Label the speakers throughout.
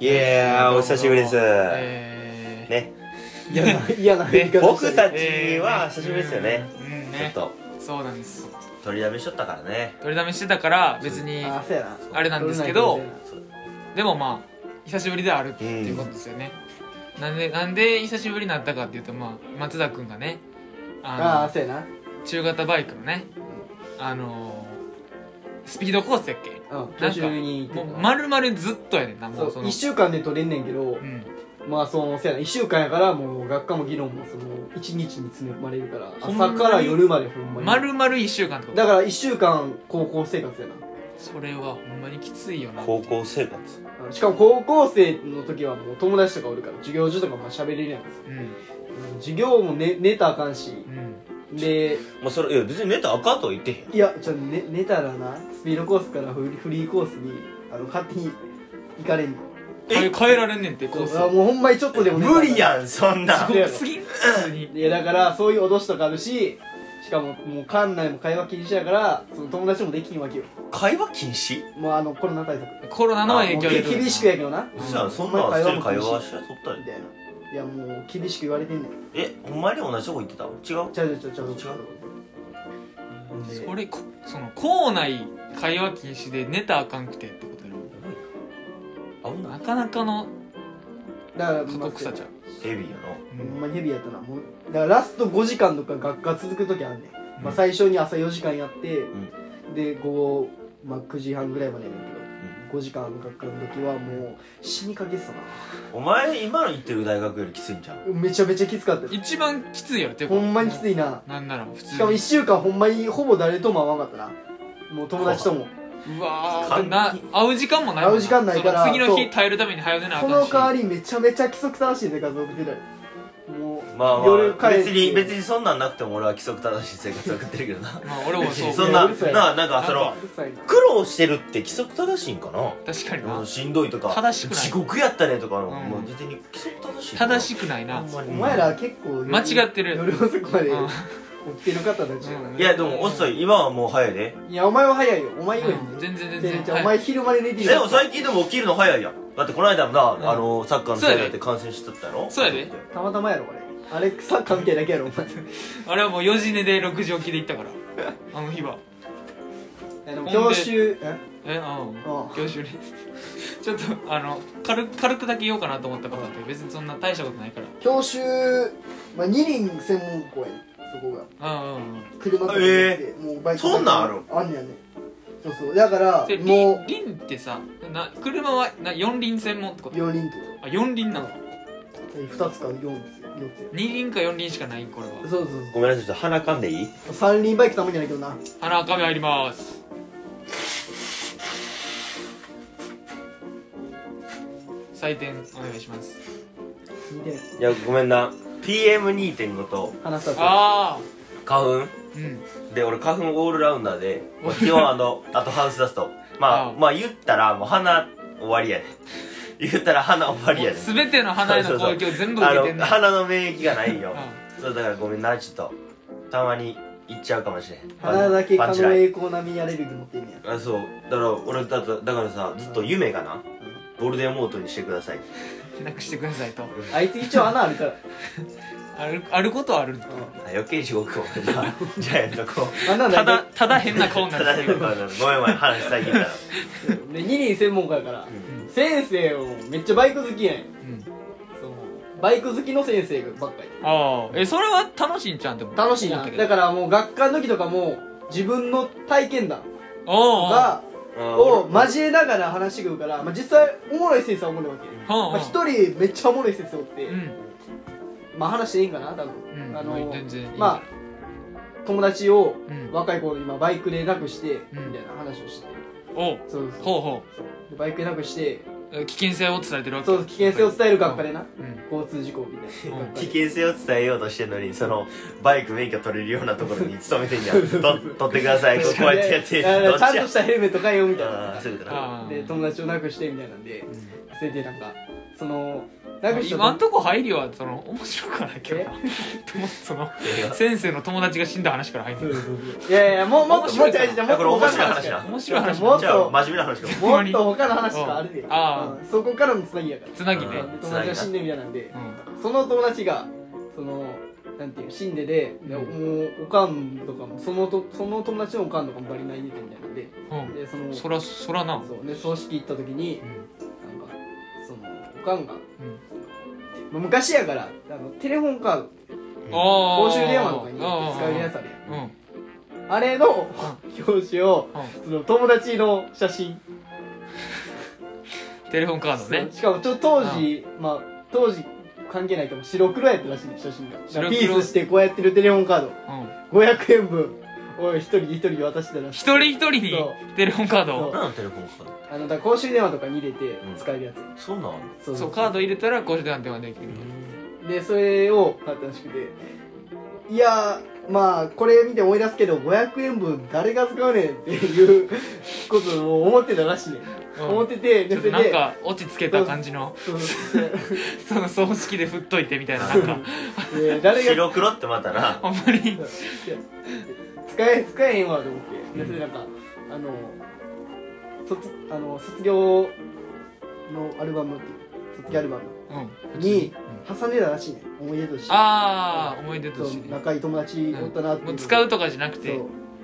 Speaker 1: いやーお久しぶりです
Speaker 2: え
Speaker 1: ね
Speaker 2: ー、嫌 な嫌な言い方
Speaker 1: 僕た
Speaker 2: ち
Speaker 1: ちは久しぶりですよね、
Speaker 3: うんうん
Speaker 1: ちょっ
Speaker 3: ね
Speaker 1: と
Speaker 3: そうなんです
Speaker 1: 取りだめしとったからね
Speaker 3: 取りだめしてたから別に
Speaker 2: あそうやな
Speaker 3: あれなんですけど
Speaker 1: そう
Speaker 3: でもまあ久しぶりではあるっていうことですよね、なんでなんで久しぶりになったかっていうとまあ松田君がね
Speaker 2: あ
Speaker 3: あ
Speaker 2: あそうやな
Speaker 3: の中型バイクのねあのー、スピードコースやっけ
Speaker 2: うん久しぶりに
Speaker 3: もう丸々ずっとやねんなもうそ
Speaker 2: そう
Speaker 3: の
Speaker 2: 1週間で取れんねんけど、
Speaker 3: うん
Speaker 2: まあそのそうやな1週間やからもう学科も議論もその1日に詰め込まれるから
Speaker 3: ほんまに
Speaker 2: 朝から夜までほんまに
Speaker 3: 丸々1週間ってこと
Speaker 2: だから1週間高校生活やな
Speaker 3: それはほんまにきついよな
Speaker 1: 高校生活
Speaker 2: うんしかも高校生の時はもう友達とかおるから授業中とかまあ喋れるやん
Speaker 3: うん
Speaker 2: うん授業も、ね、寝たらあかんし
Speaker 3: うん
Speaker 2: で
Speaker 1: まあそれいや別にネタあかんとは言ってへんよ
Speaker 2: いやちょっと寝寝たらなスピードコースからフリフリーコースにあの勝手に行かれんの
Speaker 3: 変え変えられんねんってコース
Speaker 2: あもうほんまにちょっとでも寝たら
Speaker 1: 無理やんそんな
Speaker 2: そ
Speaker 3: 地獄すぎん普通に
Speaker 2: いやだからそういう脅しとかあるししかももう館内も会話禁止やからその友達もできんわけよ
Speaker 1: 会話禁止
Speaker 2: もうあのコロナ対策も
Speaker 3: コロナの影響
Speaker 2: う
Speaker 3: で
Speaker 2: 厳しくやけどな
Speaker 1: うそやんそんなん普通に会話しとった
Speaker 2: み
Speaker 1: よ
Speaker 2: たいないやもう厳しく言われてんねん
Speaker 1: えお前で同じとこ行ってた違う
Speaker 2: ちゃうちゃうちゃう
Speaker 1: 違う
Speaker 2: ほんで
Speaker 3: それこその校内会話禁止で寝たらあかんくてってことや
Speaker 1: あ
Speaker 3: ろ
Speaker 1: ぶな
Speaker 3: なかなかの
Speaker 2: だから
Speaker 3: 過酷さちゃう、
Speaker 1: エビやな
Speaker 3: う
Speaker 2: ほん
Speaker 3: ん
Speaker 2: まにヘビやったなもうだからラスト5時間とか学科続く時あんねん、まあ、最初に朝4時間やって、で午後、まあ、9時半ぐらいまでやるけど5時間の学科の時はもう死にかけてたな
Speaker 1: お前今の行ってる大学よりきついんじゃん
Speaker 2: めちゃめちゃきつかったよ
Speaker 3: 一番きついやろっていうか
Speaker 2: ほんまにきついな
Speaker 3: なんなら普
Speaker 2: しかも
Speaker 3: 通
Speaker 2: 1
Speaker 3: に
Speaker 2: 週間ほんまにほぼ誰とも会わんかったなもう友達とも
Speaker 3: うわ
Speaker 1: 完
Speaker 3: ー
Speaker 1: 璧
Speaker 3: な会う時間もないもん
Speaker 2: 会う時間ないから
Speaker 3: その次の
Speaker 2: そ
Speaker 3: 日
Speaker 2: う
Speaker 3: 耐えるために早出なあか
Speaker 2: そ
Speaker 3: んし
Speaker 2: の代わりめちゃめちゃ規則正しい生活を送ってたよもう、
Speaker 1: まあ
Speaker 2: 夜
Speaker 1: まあ
Speaker 2: 帰って
Speaker 1: 別に別にそんなんなくても俺は規則正しい生活送ってるけどな
Speaker 3: まあ俺も
Speaker 1: 別
Speaker 3: そう
Speaker 1: に そんな
Speaker 2: うるさい
Speaker 1: なあなんかそ
Speaker 3: な
Speaker 1: の
Speaker 2: うるさいな
Speaker 1: 苦労してるって規則正しいんかな
Speaker 3: 確かに
Speaker 1: う
Speaker 3: なん
Speaker 1: しんどいとか
Speaker 3: 正しくない
Speaker 1: 地獄やったねとかの、
Speaker 3: うん
Speaker 1: もう別に規則正しい
Speaker 3: 正
Speaker 1: い
Speaker 3: しくないな
Speaker 2: お前ら結構夜
Speaker 3: 間違ってる
Speaker 2: 夜遅くまで
Speaker 3: うん
Speaker 2: 起きてる方たちやから
Speaker 1: いやでも遅い今はもう早いで
Speaker 2: いやお前は早いよお前より
Speaker 3: うん全然全
Speaker 2: 全
Speaker 3: 然
Speaker 2: 然お
Speaker 3: はい
Speaker 2: 前昼まで寝てる
Speaker 1: でも最近でも起きるの早いやんだってこの間もな、
Speaker 3: ん
Speaker 1: あのサッカーの
Speaker 3: そうや
Speaker 1: 試合
Speaker 3: で
Speaker 1: だって感染しとったやろ
Speaker 3: そうやで
Speaker 2: たまたまやろあれあれサッカーみたいだけやろお 前い
Speaker 3: あれはもう4時寝で6時起きで行ったからあの日は
Speaker 2: やでも
Speaker 3: ほんで
Speaker 2: 教習え
Speaker 3: えうん
Speaker 2: あ
Speaker 3: 業種ね ちょっとあの軽く軽くだけ言おうかなと思ったことあって別にそんな大したことないから
Speaker 2: 教習まあ二輪専門校やねんそこが
Speaker 3: うんうんうん
Speaker 2: 車とかに行ってもうバイクとか
Speaker 1: そんなんある
Speaker 2: あんねやねそうそうだから
Speaker 3: で
Speaker 2: も
Speaker 3: 輪
Speaker 2: う
Speaker 3: 輪ってさな車はな四輪専門ってこと
Speaker 2: 四輪ってこ
Speaker 3: あ四輪
Speaker 2: と
Speaker 3: なの
Speaker 2: うん二つか四つ四つ
Speaker 3: 二輪か四輪しかないんこれは
Speaker 2: そうそう
Speaker 1: ごめんなさいちょっと鼻かんでいい
Speaker 2: そう三輪バイクたまにやないけどな
Speaker 3: 鼻赤目入ります採点お願いします
Speaker 2: 似てる
Speaker 1: いやごめんな PM2.5 と
Speaker 2: 話したら
Speaker 3: ああ
Speaker 1: 花粉
Speaker 3: うん
Speaker 1: で俺花粉オールラウンダーで基本あ のあとハウスダストまあ
Speaker 3: あ
Speaker 1: まあ言ったらもう花終わりやで、言ったら花終わりやで、
Speaker 3: 全ての鼻への攻撃を全部受
Speaker 1: あ
Speaker 3: けてん
Speaker 1: の
Speaker 3: だ
Speaker 1: 花の免疫がないよ
Speaker 3: う
Speaker 1: そうだからごめんなちょっとたまに行っちゃうかもしれん
Speaker 2: 鼻だけ
Speaker 1: パ
Speaker 2: 可
Speaker 1: ンチ
Speaker 2: 能
Speaker 1: ライン
Speaker 2: 栄光並みアレルギー持ってんねや
Speaker 1: あそうだから俺だとだからさずっと夢がなボルデモートにしてください
Speaker 3: んなくしてくださいと
Speaker 2: あいつ一応穴あるから
Speaker 3: あるあることはある
Speaker 1: あ余計地獄を じゃあじゃあやっとこう
Speaker 2: 穴な
Speaker 3: た
Speaker 2: いで
Speaker 3: だただ変な顔に な
Speaker 1: ただ
Speaker 3: るって
Speaker 1: ね
Speaker 3: い
Speaker 1: ご
Speaker 3: う
Speaker 1: めんごめん話遮ったら
Speaker 2: で二輪専門家やから、先生をめっちゃバイク好きやん
Speaker 3: うん
Speaker 2: そのバイク好きの先生ばっかり
Speaker 3: ああえそれは楽しいんちゃうんでも
Speaker 2: 楽しい
Speaker 3: 思
Speaker 2: な
Speaker 3: ったけ
Speaker 2: だ
Speaker 3: ど
Speaker 2: からもう学科の時とかも自分の体験談
Speaker 3: おうおう
Speaker 2: が
Speaker 1: あ
Speaker 2: を
Speaker 1: 俺
Speaker 2: 交えながら話してくるから、まあ、実際おもろい先生はおもろいわけ
Speaker 3: うんうん
Speaker 2: まあ、一人めっちゃおもろい先生おって、
Speaker 3: うん
Speaker 2: まあ話していいんかな多
Speaker 3: う
Speaker 2: 分、
Speaker 3: ん
Speaker 2: あ
Speaker 3: 全
Speaker 2: の
Speaker 3: 然いいんじゃない
Speaker 2: まあ友達を
Speaker 3: うん
Speaker 2: 若い頃今バイクでなくして、
Speaker 3: うん
Speaker 2: みたいな話をして
Speaker 3: おう
Speaker 2: そうそう
Speaker 3: ほうほ
Speaker 2: でバイクでなくして
Speaker 3: うえ危険性を伝えてるわけ
Speaker 2: そう危険性を伝える学科でな、
Speaker 3: うん
Speaker 2: 交通事故みたいな、
Speaker 3: うん
Speaker 1: 危険性を伝えようとしてるのにそのバイク免許取れるようなところに勤めてんやんと取ってくださいこうこうやってやって
Speaker 2: いやい
Speaker 1: ど
Speaker 2: や
Speaker 1: っ
Speaker 2: ちゃ
Speaker 1: ち
Speaker 2: ん
Speaker 1: や
Speaker 2: としたヘルメット買えよみたい
Speaker 1: あ
Speaker 2: な
Speaker 1: あそういうことな
Speaker 3: ああ
Speaker 2: で友達をなくしてみたいなんで
Speaker 3: うん
Speaker 2: それでなんかそのなんかちょっと
Speaker 3: 今んとこ入りはその面白くはないけどなとも その先生の友達が死んだ話から入
Speaker 2: そ
Speaker 3: る
Speaker 2: うそうそういやいやもうもっ
Speaker 3: 面
Speaker 2: とも
Speaker 3: 白
Speaker 2: っ
Speaker 3: い
Speaker 2: と
Speaker 3: から
Speaker 2: じゃあ
Speaker 1: やこれ
Speaker 2: もっと
Speaker 1: 面
Speaker 2: 他
Speaker 1: 白い
Speaker 2: の
Speaker 1: 話な
Speaker 3: 面白い話
Speaker 2: もっ
Speaker 1: じゃあ
Speaker 2: と
Speaker 1: 真面目な話か
Speaker 2: もっと他の話があるで、
Speaker 3: うんあ
Speaker 2: うんそこからのつなぎやから
Speaker 3: つなぎね
Speaker 2: うん友達が死んでみたいなんで
Speaker 3: う、ん
Speaker 2: その友達がそのなんていう死んでで、で
Speaker 3: うん
Speaker 2: もうおかんとかもそのとその友達のおかんとかもバリ泣いててみたいなんで
Speaker 3: うん
Speaker 2: でその
Speaker 3: そらそらな
Speaker 2: そうね葬式行った時に
Speaker 3: う、ん
Speaker 2: なんかそのおかんが、
Speaker 3: うん
Speaker 2: まあ昔やからあのテレフォンカード
Speaker 1: うん
Speaker 3: あー
Speaker 2: 公衆電話とかに使えるやつあるやん
Speaker 3: うん
Speaker 2: あれの表紙を
Speaker 3: う
Speaker 2: その友達の写真
Speaker 3: んテレフォンカードね
Speaker 2: そうしかもちょ当時まあ当時関係ないけど白黒やったらしいね写真が
Speaker 3: 白黒
Speaker 2: ピースしてこうやってるテレフォンカー
Speaker 3: うん
Speaker 2: ド500円分おい一人一人渡してたらしい
Speaker 3: 一人一人に
Speaker 2: そう
Speaker 3: テレフォンカードを
Speaker 2: そ
Speaker 1: 何のテレフォンか
Speaker 2: あのだから公衆電話とかに入れて
Speaker 1: うん
Speaker 2: 使えるやつ、
Speaker 1: そんなんあんの
Speaker 2: そ
Speaker 3: そうカード入れたら公衆電話ではできるみたいな
Speaker 2: でそれを買ったらしくていやーまあこれ見て思い出すけど500円分誰が使うねんっていうことを思ってたらしいね、
Speaker 3: うん
Speaker 2: ん、思ってて
Speaker 3: ち
Speaker 2: で
Speaker 3: ょっ
Speaker 2: そ
Speaker 3: と
Speaker 2: れ
Speaker 3: なん
Speaker 2: で
Speaker 3: かオチつけた感じの
Speaker 2: そうそう
Speaker 3: その葬式で振っといてみたいななんか
Speaker 2: で誰が
Speaker 1: 白黒ってまたな
Speaker 3: あんまり
Speaker 2: 使え使えへんわと思ってでそれなんかあの卒あの卒業のアルバムっていう卒業アルバム
Speaker 3: うん
Speaker 2: に挟んでたらしいね思い出として
Speaker 3: ああ思い出と
Speaker 2: そう
Speaker 3: してね
Speaker 2: 仲いい友達おったなってい
Speaker 3: もう使うとかじゃなく
Speaker 2: そ
Speaker 3: て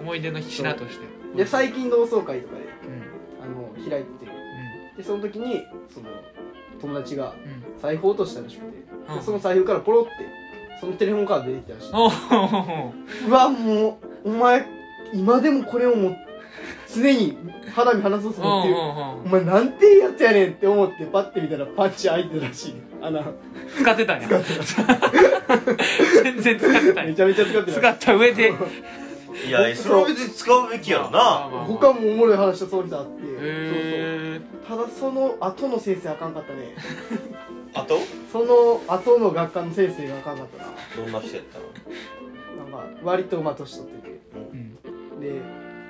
Speaker 3: 思い出の品として
Speaker 2: うで最近同窓会とかで
Speaker 3: うん
Speaker 2: あの開いてて
Speaker 3: う
Speaker 2: でその時にその友達が
Speaker 3: んうん
Speaker 2: 財布落としたらしくて、
Speaker 3: うん
Speaker 2: でその財布からポロってそのテレフォンカード出てきたらしい
Speaker 3: おお
Speaker 2: うわもうお前今でもこれをもう常に肌身離さず持ってるお前なんていいやつやねんって思ってパッて見たらパッチ開いてたらしい穴
Speaker 3: 使ってたんや 全然使ってたん
Speaker 2: め
Speaker 3: や
Speaker 2: ちゃめちゃ使って
Speaker 3: 使
Speaker 2: た
Speaker 3: った上で
Speaker 1: いやそれは別に使うべきやろな
Speaker 2: 他もおもろい話したそうにあって、
Speaker 3: へ
Speaker 2: そうそうただその後の先生あかんかったね
Speaker 1: あと
Speaker 2: その後の学科の先生があかんかったな
Speaker 1: どんな人やったの
Speaker 2: なんか割とまあ年取ってて
Speaker 3: えうん
Speaker 2: で、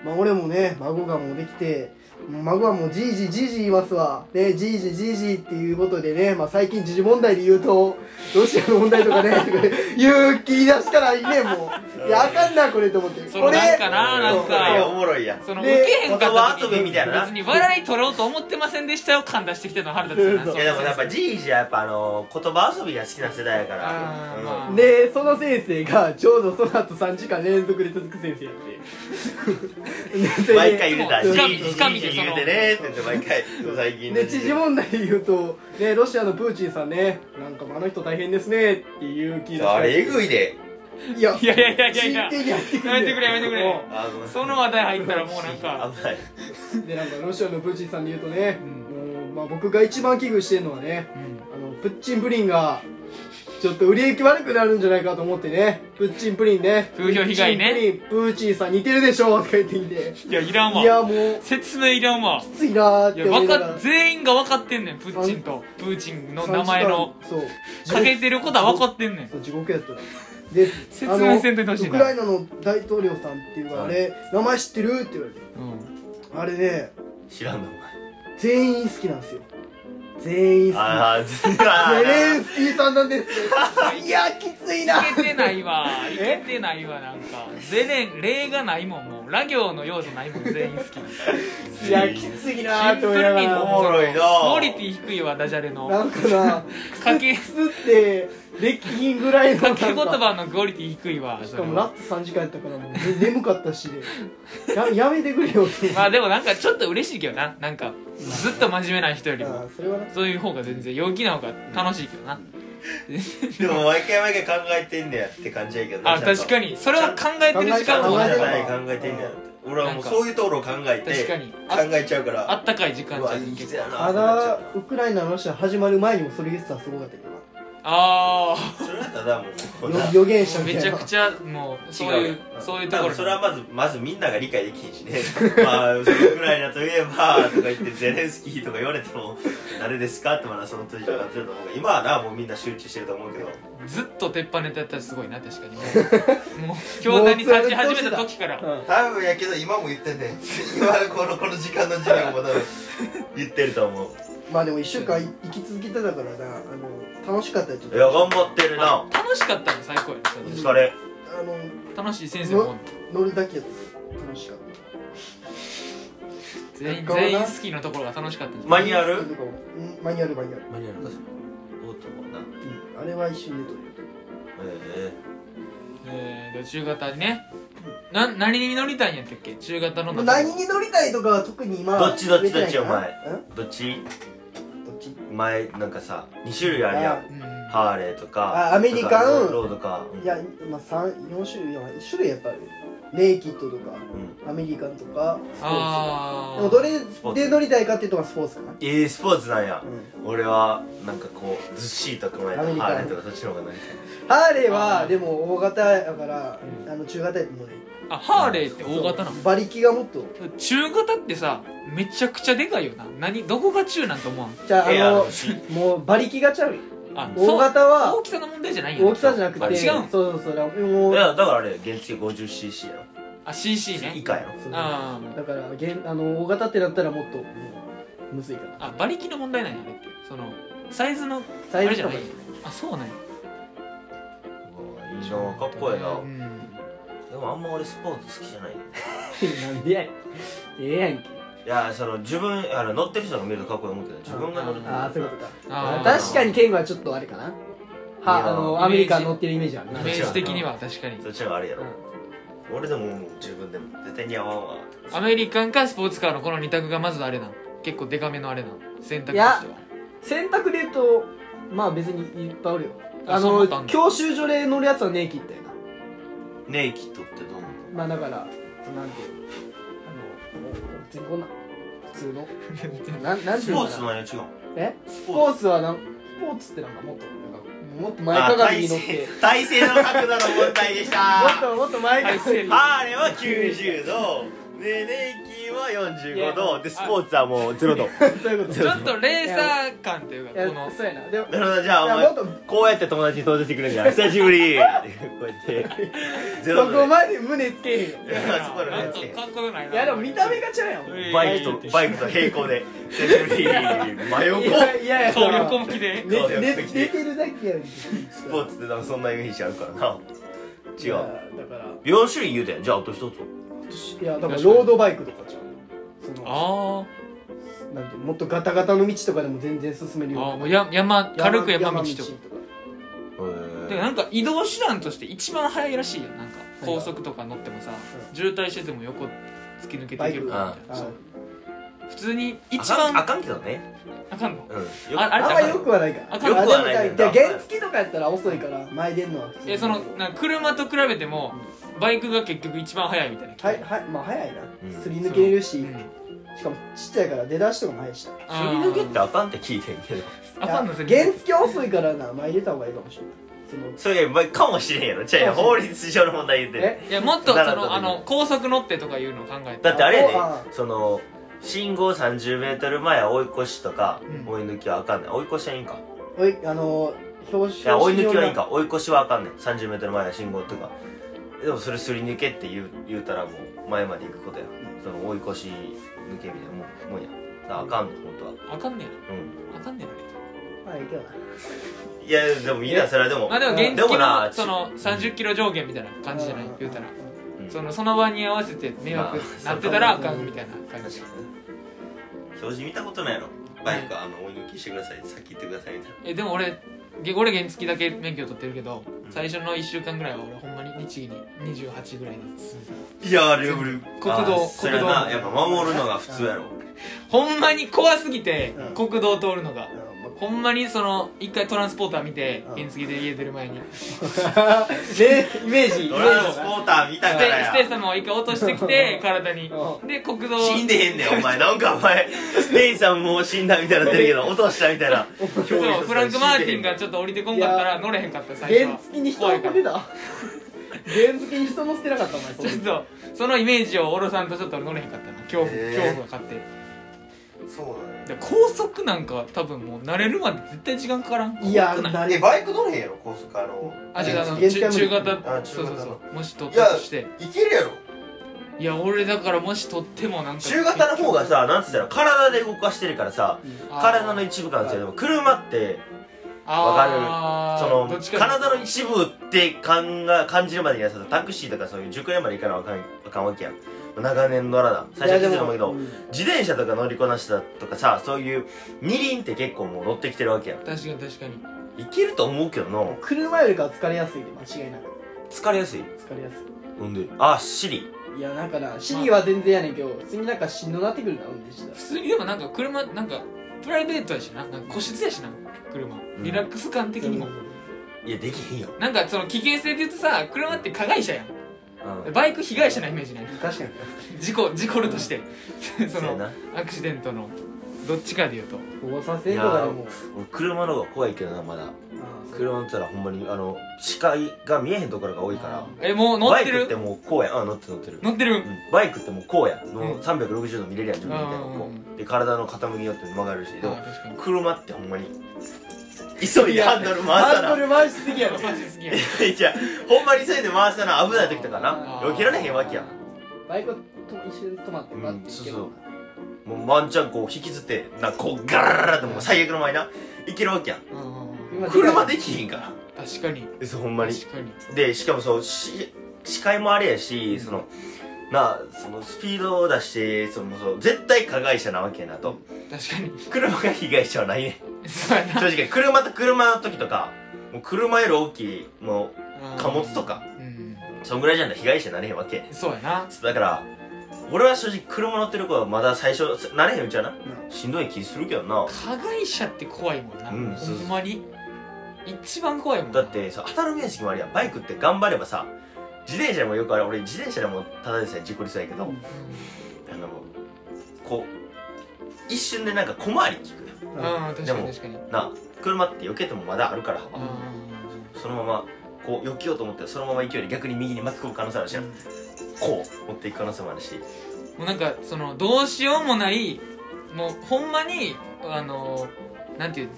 Speaker 2: まあ、俺もね孫がもうできて孫はもうじいじじいじいますわねじいじじいじいっていうことでね、まあ、最近時事問題で言うとロシアの問題とかね とか言う切り出したらいいねもういやあかんなこれと思って
Speaker 3: そ
Speaker 2: こ
Speaker 3: の
Speaker 2: れ
Speaker 3: なんかななん
Speaker 1: いやお
Speaker 3: か
Speaker 1: もろいやん
Speaker 3: その
Speaker 2: で
Speaker 3: 受けへんかった
Speaker 1: 言葉遊びみたいなな
Speaker 3: 別に笑い取ろうと思ってませんでしたよ感出してきてるのは腹立つよない
Speaker 1: いやでもやっぱじいじはやっぱあの言葉遊びが好きな世代やから
Speaker 3: あー
Speaker 1: うん
Speaker 3: ま
Speaker 2: でその先生がちょうどその後3時間連続で続く先生やって でそれで
Speaker 1: 毎回言うてた
Speaker 2: そう
Speaker 1: じ
Speaker 3: つか
Speaker 1: い
Speaker 3: み
Speaker 1: じ
Speaker 3: つか
Speaker 1: じ
Speaker 3: みで
Speaker 1: いじ
Speaker 3: その
Speaker 1: 言うてねって言って毎回最近の
Speaker 2: で知事問題で言うと、ね、ロシアのプーチンさんねなんかあの人大変ですねっていう気が
Speaker 1: あれえぐいで
Speaker 2: いや
Speaker 3: いやいやいやいやいや
Speaker 2: 真剣にやってくれ
Speaker 3: やめてくれやめてくれ
Speaker 1: あごめん
Speaker 3: その話題入ったらもうなんか
Speaker 1: 危ない
Speaker 2: でなんかロシアのプーチンさんで言うとね、
Speaker 3: うん
Speaker 2: もうまあ、僕が一番危惧してるのはね
Speaker 3: うん
Speaker 2: あのプッチンプリンがちょっと売り行き悪くなるんじゃないかと思ってねプッチンプリンね
Speaker 3: 風評被害ね
Speaker 2: プッチンプリンプーチンさん似てるでしょとか言ってきて
Speaker 3: いやいらん
Speaker 2: い
Speaker 3: わ
Speaker 2: やもう
Speaker 3: 説明いらんわ
Speaker 2: きついなーっ
Speaker 3: い
Speaker 2: て
Speaker 3: や
Speaker 2: 思
Speaker 3: わ
Speaker 2: いな
Speaker 3: か
Speaker 2: が
Speaker 3: ら全員が分かってんねんプーチンとプーチンの名前の
Speaker 2: そう
Speaker 3: かけてることは分かってんねん
Speaker 2: そう地獄やったらで
Speaker 3: 説明せんといてほしい
Speaker 2: ウ
Speaker 3: な
Speaker 2: クライナの大統領さんっていうのはあれ、名前知ってるって言われて
Speaker 3: うん
Speaker 2: あれね
Speaker 1: 知らんのお前
Speaker 2: 全員好きなんですよ全員好きなんです
Speaker 1: あ あ
Speaker 2: ゼレンスキーさんなんです いやきついない
Speaker 3: けてないわいけてないわなんかゼレン例がないもんもうラ行の要素ないもん全員好き
Speaker 2: いやきついなーって思いなが
Speaker 1: おも
Speaker 2: ら
Speaker 1: ろいな
Speaker 3: クオリティ低いわダジャレの
Speaker 2: なんかな
Speaker 3: かけ
Speaker 2: すってできひんぐらいのなん
Speaker 3: 掛
Speaker 2: か
Speaker 3: け言葉のクオリティ低いわ
Speaker 2: しかもラッツ3時間やったからもうね眠かったしでややめてくれよ って
Speaker 3: まあでもなんかちょっと嬉しいけどななんかずっと真面目な人より
Speaker 2: あ
Speaker 3: も
Speaker 2: ーそれはな
Speaker 3: そういう方が全然陽気な方が楽しいけどな
Speaker 1: でも毎回毎回考えてんねやって感じやけど
Speaker 3: あ確かにそれを考えてる時間も
Speaker 1: 考
Speaker 3: 同
Speaker 1: え
Speaker 3: じ
Speaker 1: て
Speaker 3: だ
Speaker 1: ない考えてんねやって俺はもう
Speaker 3: なんか
Speaker 1: そういうところを考えて
Speaker 3: 確かに
Speaker 1: 考
Speaker 3: あ
Speaker 1: えちゃうから
Speaker 3: あったかい時間
Speaker 1: う
Speaker 3: じゃ
Speaker 1: わ
Speaker 3: ん
Speaker 1: いい人
Speaker 3: 結構
Speaker 1: やな
Speaker 2: た
Speaker 1: ってなっちゃう
Speaker 2: だウクライナロシア始まる前にもそれ言ってたらすごかったけどな
Speaker 3: あ
Speaker 1: それはただもうこう
Speaker 2: よ
Speaker 1: な
Speaker 2: 予言者
Speaker 3: あ
Speaker 2: み
Speaker 3: め
Speaker 2: た
Speaker 3: ち
Speaker 2: い
Speaker 3: ゃ
Speaker 2: な
Speaker 3: くちゃもうそういう
Speaker 1: 違うよ
Speaker 3: そういうと
Speaker 1: 多
Speaker 3: こ
Speaker 1: 分
Speaker 3: ろ
Speaker 1: それはまずまずみんなが理解できひんしね まあウクライナといえばとか言ってゼレンスキーとか言われても誰ですかってまだその当時はなってると思うけど今はなもうみんな集中してると思うけど
Speaker 3: ずっと鉄板ネタやったらすごいな確かにもうもう教壇に立ち始めた時から
Speaker 2: うん
Speaker 1: 多分やけど今も言ってんね今このこの時間の授業も多分言ってると思う
Speaker 2: まあでも1週間い生き続けてたからなあの楽しかったよちょっ
Speaker 1: いや
Speaker 2: と
Speaker 1: 頑張ってるな
Speaker 3: あ楽しかったの最高や
Speaker 1: お
Speaker 3: そ
Speaker 1: 疲れ
Speaker 2: あの
Speaker 3: れ楽しい先生もおんの
Speaker 2: 乗るだけやった楽しかっ
Speaker 3: 全員
Speaker 2: 学校な
Speaker 3: 全員好きのところが楽しかったんじゃ
Speaker 2: た
Speaker 1: マニュアル
Speaker 2: うんマニュアルマニュアル、
Speaker 1: マニュアルおっとな
Speaker 2: うん、あれは一瞬で撮る
Speaker 1: え
Speaker 3: えー、で中型ねな何に乗りたいんやったっけ中型の
Speaker 2: まあ
Speaker 3: 中で
Speaker 2: 何に乗りたいとかは特に今
Speaker 1: どっちどっちどっち
Speaker 2: 決めてないかな
Speaker 1: えどっち
Speaker 2: うんどっち
Speaker 1: 前なんかさ2種類あるやん
Speaker 3: うん
Speaker 1: ハーレーとか
Speaker 2: あアメリカ
Speaker 1: と
Speaker 2: ン
Speaker 1: かロードかうん
Speaker 2: いや、まあ、3 4種類いや1種類やっぱりレイキッドとか
Speaker 1: うん
Speaker 2: アメリカンとかスポ
Speaker 3: あ
Speaker 2: ーツで
Speaker 3: あ
Speaker 2: もどれ
Speaker 1: ポーツ
Speaker 2: で乗りたいかっていうとはスポーツかな、
Speaker 1: えースポーツなんや
Speaker 2: うん、
Speaker 1: 俺はなんかこうずっしりと構えた
Speaker 2: アメリカン
Speaker 1: ハーレーとかそっちの方がない
Speaker 2: ハーレー
Speaker 3: あ
Speaker 2: は
Speaker 3: ー
Speaker 2: でも大型やから
Speaker 3: う
Speaker 2: あの中型やと思うね
Speaker 3: あハーレーって大型な
Speaker 2: そう
Speaker 3: の
Speaker 2: 馬力がもっと
Speaker 3: 中型ってさめちゃくちゃでかいよな何どこが中なんて思わん
Speaker 2: じゃあ
Speaker 1: いや
Speaker 2: あの
Speaker 1: 欲しい
Speaker 2: もう馬力がちゃうよ
Speaker 3: あ
Speaker 2: 大
Speaker 3: そう
Speaker 2: 型は
Speaker 3: 大きさの問題じゃないよ
Speaker 2: 大きさじゃなくて
Speaker 3: 違うん
Speaker 2: そうそうそう
Speaker 1: い
Speaker 2: も
Speaker 1: うやだからあれ原付 50cc やろ
Speaker 3: あ CC ね
Speaker 1: 以下やろ
Speaker 2: そう
Speaker 3: あ
Speaker 2: だからげんあの大型ってなったらもっともうむずいか
Speaker 3: ああ馬力の問題なんやねってそのサイズのあ
Speaker 2: らサ
Speaker 3: れ
Speaker 2: イ
Speaker 3: じ
Speaker 2: ズ
Speaker 3: ゃ
Speaker 2: と
Speaker 3: な
Speaker 2: か
Speaker 3: いあそうなんや
Speaker 1: うわいいなかっこええな
Speaker 3: うん
Speaker 1: でもあんま俺スポーツ好きじゃない
Speaker 2: なんでやねんええやんけ
Speaker 1: いやその自分あの乗ってる人が見るとかっこいい思うけど自分が乗ると
Speaker 2: ああそういうことか
Speaker 3: あー
Speaker 2: 確かにケンゴはちょっとあれかなはあのアメリカ乗ってるイメージあるな
Speaker 3: イメージ的には確かに
Speaker 1: そっちの方があれやろ、俺でももう自分でも絶対似合わんわ
Speaker 3: アメリカンかスポーツカーのこの2択がまずあれなん結構デカめのあれなん選択肢として
Speaker 2: いや
Speaker 3: は
Speaker 2: 選択で言うとまあ別にいっぱいあるよ
Speaker 3: あ
Speaker 2: あ
Speaker 3: そう思
Speaker 2: の
Speaker 3: ったんだ
Speaker 2: 教習所で乗るやつはネイキッドやな
Speaker 1: ネイキッドってどう思う
Speaker 2: まあだからなんていうのあのもう全然こんな普通のなんなんて
Speaker 1: ス
Speaker 2: いう
Speaker 1: ポー
Speaker 2: のか
Speaker 1: ツ
Speaker 2: な
Speaker 1: なんや違う
Speaker 2: え
Speaker 1: ス
Speaker 2: ス
Speaker 1: ポ
Speaker 2: ポ
Speaker 1: ー
Speaker 2: ー
Speaker 1: ツ
Speaker 2: ツはなんスポーツってなんかもっとなんかもっと前
Speaker 1: あ
Speaker 2: かがみ
Speaker 1: 体
Speaker 2: に乗っ
Speaker 1: 勢
Speaker 2: て
Speaker 1: 体勢の角度の問題 でした
Speaker 2: もっともっと前かがみ
Speaker 3: 体勢
Speaker 1: ハーレーは90度でネイキは45度でスポーツはもう0度
Speaker 2: そういうこと
Speaker 3: ちょっとレーサー感という
Speaker 2: いや
Speaker 3: かこの
Speaker 2: そうやなでも
Speaker 1: なるほどじゃあお
Speaker 2: いやも
Speaker 1: 前
Speaker 2: っと
Speaker 1: こうやって友達に登場してくれるんじゃない久しぶりこうやって0
Speaker 2: そ
Speaker 1: 度
Speaker 2: こ
Speaker 1: で
Speaker 2: まで胸つけへんよ
Speaker 1: いや そうだ
Speaker 3: な
Speaker 1: ね
Speaker 3: んかかっこよくないない
Speaker 2: いやでも見た目が違うやん
Speaker 3: え
Speaker 1: バイクとバイクと平行で久しぶり真
Speaker 2: い
Speaker 1: 横
Speaker 2: やいやいや
Speaker 3: 顔横向きで
Speaker 2: 寝
Speaker 1: 顔横
Speaker 2: 寝
Speaker 1: 向きで
Speaker 2: 寝てるだけやん
Speaker 1: スポーツってなんかそんなイメージあるからな違
Speaker 2: いや
Speaker 1: う
Speaker 2: だから
Speaker 1: 4種類言うてんじゃああと一つ
Speaker 2: いやだからロードバイクとかじゃんその
Speaker 3: あ
Speaker 2: なんていうのもっとガタガタの道とかでも全然進める
Speaker 3: ー
Speaker 2: よ
Speaker 3: あーもう
Speaker 2: う
Speaker 3: や山
Speaker 2: な
Speaker 3: 軽く山道とか
Speaker 1: は
Speaker 3: でなんか移動手段として一番速いらしいやんなんか高速とか乗ってもさ
Speaker 2: うん
Speaker 3: 渋滞してても横突き抜けていけるからみたいな
Speaker 2: あ
Speaker 3: そう
Speaker 2: ー
Speaker 3: 普通に
Speaker 1: 一
Speaker 3: 一
Speaker 1: 番あ
Speaker 3: 番
Speaker 1: かんけどね
Speaker 3: あかんの
Speaker 1: うん
Speaker 3: ああれ
Speaker 2: あんまよくはないから
Speaker 3: あかん
Speaker 1: よくはないけど
Speaker 2: あでも原付とかやったら遅いから前出んのは普通
Speaker 3: えそのなんか車と比べてもバイクが結局一番速いみたいな
Speaker 2: はいはいまあ早いな、
Speaker 1: うん
Speaker 2: すり抜けれるし、
Speaker 3: うん
Speaker 2: しかもちっちゃいから出だしとかも早いしな
Speaker 1: すり抜けってあかんって聞いてんけど
Speaker 3: あかんの
Speaker 2: い
Speaker 3: す
Speaker 2: や
Speaker 3: り
Speaker 2: 原
Speaker 3: 抜
Speaker 2: 付遅いからな前出た方がいいかもしれないその
Speaker 1: それまあかもしれんやろじゃあ法律上の問題言ってる
Speaker 2: え
Speaker 3: けいやもっとそ
Speaker 1: ならんと
Speaker 3: のあの高速乗ってとかいうのを考え
Speaker 1: だ
Speaker 3: た
Speaker 1: ってあれやで
Speaker 2: あ
Speaker 1: その信号 30m 前は追い越しとか
Speaker 3: うん
Speaker 1: 追い抜きはあかんねん追い越しはいいんか
Speaker 2: おいあの表
Speaker 1: い
Speaker 2: 彰
Speaker 1: や追い抜きはいいんか追い越しはあかんねん 30m 前は信号とかでもそれすり抜けって言う言うたらもう前まで行くことやその追い越し抜けみたいなもんもんやだからあかんねん本当は
Speaker 3: あかんねや
Speaker 1: うん
Speaker 3: あかんねや
Speaker 2: まあいいけどない
Speaker 1: やでもいいなそれはでも、
Speaker 3: まあでも原付
Speaker 1: でもな
Speaker 3: のその30キロ上限みたいな感じじゃない
Speaker 2: うん
Speaker 3: 言うたら
Speaker 1: うん
Speaker 3: そのその場に合わせて迷惑
Speaker 1: まあ
Speaker 3: なってたらあかんみたいな感
Speaker 1: 確
Speaker 3: じ
Speaker 1: かにね表示見たことないやろバイクあの追い抜きしてくださいさっき言ってくださいみたいな
Speaker 3: えでも俺げ俺原付だけ免許取ってるけど最初の1週間ぐらいは俺ほんまに日に28ぐらいで進んで
Speaker 1: いやーレベル
Speaker 3: 国道
Speaker 1: あー
Speaker 3: 国道
Speaker 1: それなやっぱ守るのが普通やろ
Speaker 3: たほんまに怖すぎて
Speaker 2: うん
Speaker 3: 国道通るのが
Speaker 2: うん
Speaker 3: ほんまにその一回トランスポーター見て
Speaker 2: うん
Speaker 3: 原付で家出る前に
Speaker 2: まあねイメージイメ
Speaker 1: ド
Speaker 2: ー
Speaker 1: ラの
Speaker 2: ジ
Speaker 1: スポ
Speaker 2: が
Speaker 1: ーター見た
Speaker 3: ス
Speaker 1: か
Speaker 3: テ
Speaker 1: ら
Speaker 3: ステイ
Speaker 1: や
Speaker 3: 様を一回落としてきて体に
Speaker 2: う
Speaker 3: で国道
Speaker 1: 死んでへんねんお前なんかお前ステイさんもう死んだみたいなってるけ ど落としたみたいな
Speaker 3: そうフランク・マーティンが
Speaker 1: ょ
Speaker 3: ちょっと降りてこんかった
Speaker 2: い
Speaker 3: ら
Speaker 2: や
Speaker 3: 乗れへんかった最初
Speaker 2: 原
Speaker 3: は
Speaker 2: 付に人
Speaker 3: 怖い
Speaker 2: 乗
Speaker 3: か
Speaker 2: っ
Speaker 3: ら
Speaker 2: てた原付に人乗せてなかったお前そん
Speaker 3: ち
Speaker 2: な
Speaker 3: ょっとそのイメージをおろさんとちょっと乗れへんかったな恐怖、
Speaker 1: へー
Speaker 3: 恐怖が勝って
Speaker 1: っとそうだね
Speaker 3: で高速なんかは多分もう慣れるまで絶対時間かからん
Speaker 2: いや
Speaker 3: 怖くない
Speaker 2: なれ
Speaker 1: バイク乗れへんやろ高速あの
Speaker 3: あ違うあの中
Speaker 2: 原付は無理
Speaker 3: 中型
Speaker 1: あ中型
Speaker 3: そうそうそうもし取っ
Speaker 1: い
Speaker 3: た
Speaker 1: や
Speaker 3: として
Speaker 1: いけるやろ
Speaker 3: いや俺だからもし取ってもなんか
Speaker 1: 中型の方がさなんつったら体で動かしてるからさ
Speaker 2: うん
Speaker 3: あー
Speaker 1: 体の一部からですよでも車って
Speaker 3: あ
Speaker 1: そ
Speaker 3: ー
Speaker 1: の
Speaker 3: どっちか
Speaker 1: 体の一部って感が感じるまでにはさタクシーとかそういう塾屋まで行かなあかんあかんわけやん長年乗らな最初は気づいたんだけど、
Speaker 2: うん
Speaker 1: 自転車とか乗りこなしたとかさそういう二輪って結構もう乗ってきてるわけやん
Speaker 3: 確かに確かに
Speaker 1: いけると思うけどな
Speaker 2: 車よりかは疲れやすいで間違いなく
Speaker 1: 疲れやすい
Speaker 2: 疲れやす
Speaker 1: なんであシリ
Speaker 2: いいやなんかなシリは全然やねんけど普通になんかしんどなってくるな運転してたら
Speaker 3: 普通にでもなんか車なんかプライベートやしななんか個室やしな車リラックス感的にも、
Speaker 1: いやできへんよ、
Speaker 3: なんかその危険性で言うとさ車って加害者やん
Speaker 1: うん、
Speaker 3: バイク被害者なイメージない
Speaker 2: 確かに
Speaker 3: 事故事故るとしてそ
Speaker 1: そうや
Speaker 3: の
Speaker 1: な
Speaker 3: アクシデントのどっちかで言うと
Speaker 2: 交差点とかでも
Speaker 1: 俺車の方が怖いけどなまだ
Speaker 2: あーそう
Speaker 1: 車乗ったらほんまにあの視界が見えへんところが多いから
Speaker 3: えもう乗っ
Speaker 1: バイ
Speaker 3: て
Speaker 1: クって
Speaker 3: る
Speaker 1: もうこうやんあ乗って乗ってる
Speaker 3: 乗ってる
Speaker 1: うんバイクってもうこうやん
Speaker 3: う
Speaker 1: も
Speaker 3: ん
Speaker 1: う360度見れるやん自分みたいな
Speaker 3: うん
Speaker 1: こうで体の傾きによって曲がるしで
Speaker 3: あ
Speaker 1: も
Speaker 3: ー確かに
Speaker 1: 車ってほんまに急いでハンドル回さ
Speaker 2: ハン
Speaker 1: な
Speaker 2: ドル回しすぎやろ
Speaker 3: マジ好きや
Speaker 1: いやいやほんまに急いで回さな危ない時とかな
Speaker 2: あ
Speaker 1: 避けられへんわけやん
Speaker 2: バイクはと一瞬止まってバッて行けば
Speaker 1: うんそうもうワンチャンこう引きずってなこうガラララってもう最悪の前な行けるわけやん
Speaker 3: うんうんうん
Speaker 2: 今
Speaker 1: 車できひんから
Speaker 3: 確かに
Speaker 1: えそうほんまに
Speaker 3: 確かに
Speaker 1: でしかもそうし視界もあれやしそのなあそのスピードを出してそのそう絶対加害者なわけやなと
Speaker 3: 確か
Speaker 1: 車が被害者はないね
Speaker 3: にそうや
Speaker 1: 正直車と車の時とかもう車より大きいもう
Speaker 3: な
Speaker 1: 貨物とか
Speaker 3: うん
Speaker 1: そんぐらいじゃないと被害者になれへんわけ
Speaker 3: そうやな
Speaker 1: そうだから俺は正直車乗ってる子はまだ最初慣れへんうちはなしんどい気するけどな
Speaker 3: 加害者って怖いもんな、
Speaker 1: うん
Speaker 3: ほんまに一番怖いもんな
Speaker 1: だってさ当たる面積もあるやんバイクって頑張ればさ自転車でもよくある俺自転車でもただでさえ事故りそうやけど、
Speaker 2: うん
Speaker 1: あのこう一瞬でなんか小回り聞くや
Speaker 3: うん、
Speaker 2: あ
Speaker 3: 確
Speaker 1: で
Speaker 3: か
Speaker 1: も
Speaker 3: に確かにうん
Speaker 1: んなあ車って避けてもまだあるから幅そのままこう避けようと思ったらそのまま勢いで逆に右に巻き込む可能性あるしなこう持っていく可能性もあるし
Speaker 3: もうなんかそのどうしようもないもうほんまにあのなんていう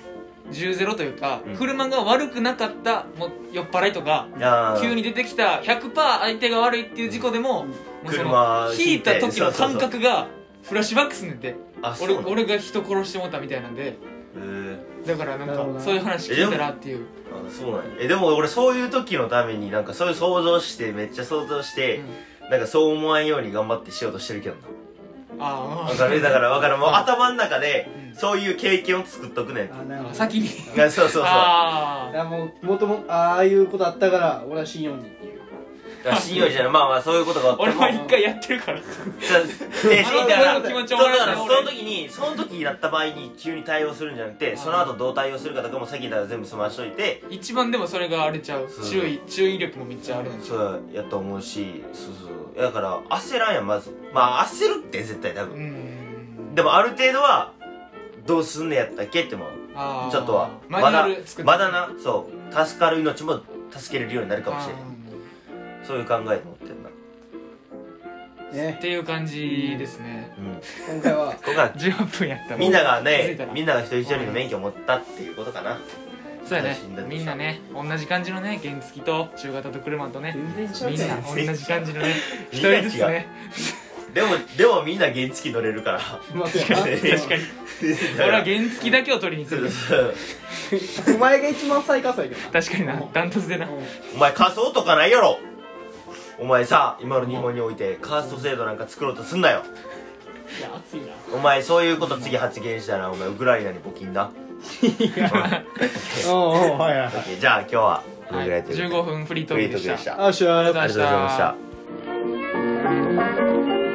Speaker 3: 10ゼロというか、
Speaker 1: うん
Speaker 3: 車が悪くなかったもう酔っ払いとか
Speaker 1: あー
Speaker 3: 急に出てきた100%相手が悪いっていう事故でも,、
Speaker 2: うん
Speaker 3: もうその
Speaker 1: 車
Speaker 3: 引いた時の
Speaker 1: そうそうそ
Speaker 3: 感
Speaker 1: う
Speaker 3: 覚がフラッシュバックすんねんて
Speaker 1: あそう
Speaker 3: 俺
Speaker 1: なん
Speaker 3: 俺が人殺してもったみたいなんで
Speaker 1: へー
Speaker 3: だからなん
Speaker 2: なるほど
Speaker 3: か
Speaker 2: な
Speaker 3: そういう話聞いたらっていう、
Speaker 1: あそうなんやえでも俺そういう時のためになんかそういう想像してめっちゃ想像し
Speaker 3: う
Speaker 1: て
Speaker 3: ん、
Speaker 1: なんかそう思わんように頑張ってしようとしてるけどな
Speaker 3: あーあ
Speaker 1: わ
Speaker 3: ー
Speaker 1: かるだからわかるもう
Speaker 3: うん
Speaker 1: 頭の中で
Speaker 3: うん
Speaker 1: そういう経験を作っとくねん
Speaker 2: ーなるほど
Speaker 3: 先に
Speaker 1: いやそうそうそうだ
Speaker 3: あ
Speaker 2: あもうもともああいうことあったから俺は信用にっていう
Speaker 1: から信用じゃないまあまあそういうことがあっ
Speaker 3: あ
Speaker 1: ても
Speaker 3: 俺も一回やってる から
Speaker 1: じゃあで
Speaker 3: あの
Speaker 1: だから
Speaker 3: 俺の気持ち
Speaker 1: そ
Speaker 3: を
Speaker 1: うだ
Speaker 3: 笑
Speaker 1: から
Speaker 3: わせて
Speaker 1: その時にその時になった場合に急に対応するんじゃなくてその後どう対応するかとかも先にだから全部済ましといて
Speaker 3: 一番でもそれがあれちゃう
Speaker 1: そう
Speaker 3: 注意注意力もめっちゃあるんですよ
Speaker 1: そうやと思うしそうそうだから焦らんやんまずまあ焦るって絶対多
Speaker 3: う
Speaker 1: 分
Speaker 3: ん
Speaker 1: でもある程度はどうすんねやったっけっても
Speaker 3: あー
Speaker 1: ちょっとは
Speaker 3: マニュアル作って
Speaker 1: まだなそう助かる命も助けれるようになるかもしれん
Speaker 3: あ
Speaker 1: そういう考えで持ってんな
Speaker 3: ーっ
Speaker 2: ね
Speaker 3: ていう感じですね
Speaker 1: うん
Speaker 2: 今回は
Speaker 1: 僕は
Speaker 3: 18分やった
Speaker 1: みんなが
Speaker 3: 気づいた
Speaker 1: ね
Speaker 3: ら
Speaker 1: みんなが一人一人の免許を持ったっていうことかな
Speaker 3: そうやね
Speaker 1: 死んだとした
Speaker 3: みんなね同じ感じのね原付と中型と車とね
Speaker 2: 全然違
Speaker 3: み
Speaker 2: うんね
Speaker 3: な同じ感じのね一
Speaker 1: みんな違う
Speaker 3: 人ずつね
Speaker 1: でもでもみんな原付乗れるから
Speaker 2: うまくやな
Speaker 1: 確かに
Speaker 3: 確かに俺は原付だけを取りに
Speaker 1: そ
Speaker 3: 行
Speaker 1: う
Speaker 3: く
Speaker 1: そう
Speaker 2: お前が一番最下位だよ
Speaker 3: 確かになダントツでな
Speaker 2: な
Speaker 1: お前仮想とかないやろお前さ今の日本においてカースト制度なんか作ろうとすんなよ
Speaker 2: いや熱いな
Speaker 1: お前そういうこと次発言したらお前ウクライナに募金 な
Speaker 2: おうおうはいはい
Speaker 1: OK じゃあ今日はどれ
Speaker 3: はい
Speaker 1: ぐらいという
Speaker 3: 15分フリート
Speaker 1: フ
Speaker 3: ー
Speaker 1: リー
Speaker 3: ク
Speaker 1: ト
Speaker 3: で
Speaker 1: ークで
Speaker 3: し
Speaker 1: したたあ
Speaker 2: あっしゃ
Speaker 1: り
Speaker 2: ー
Speaker 1: がとうございました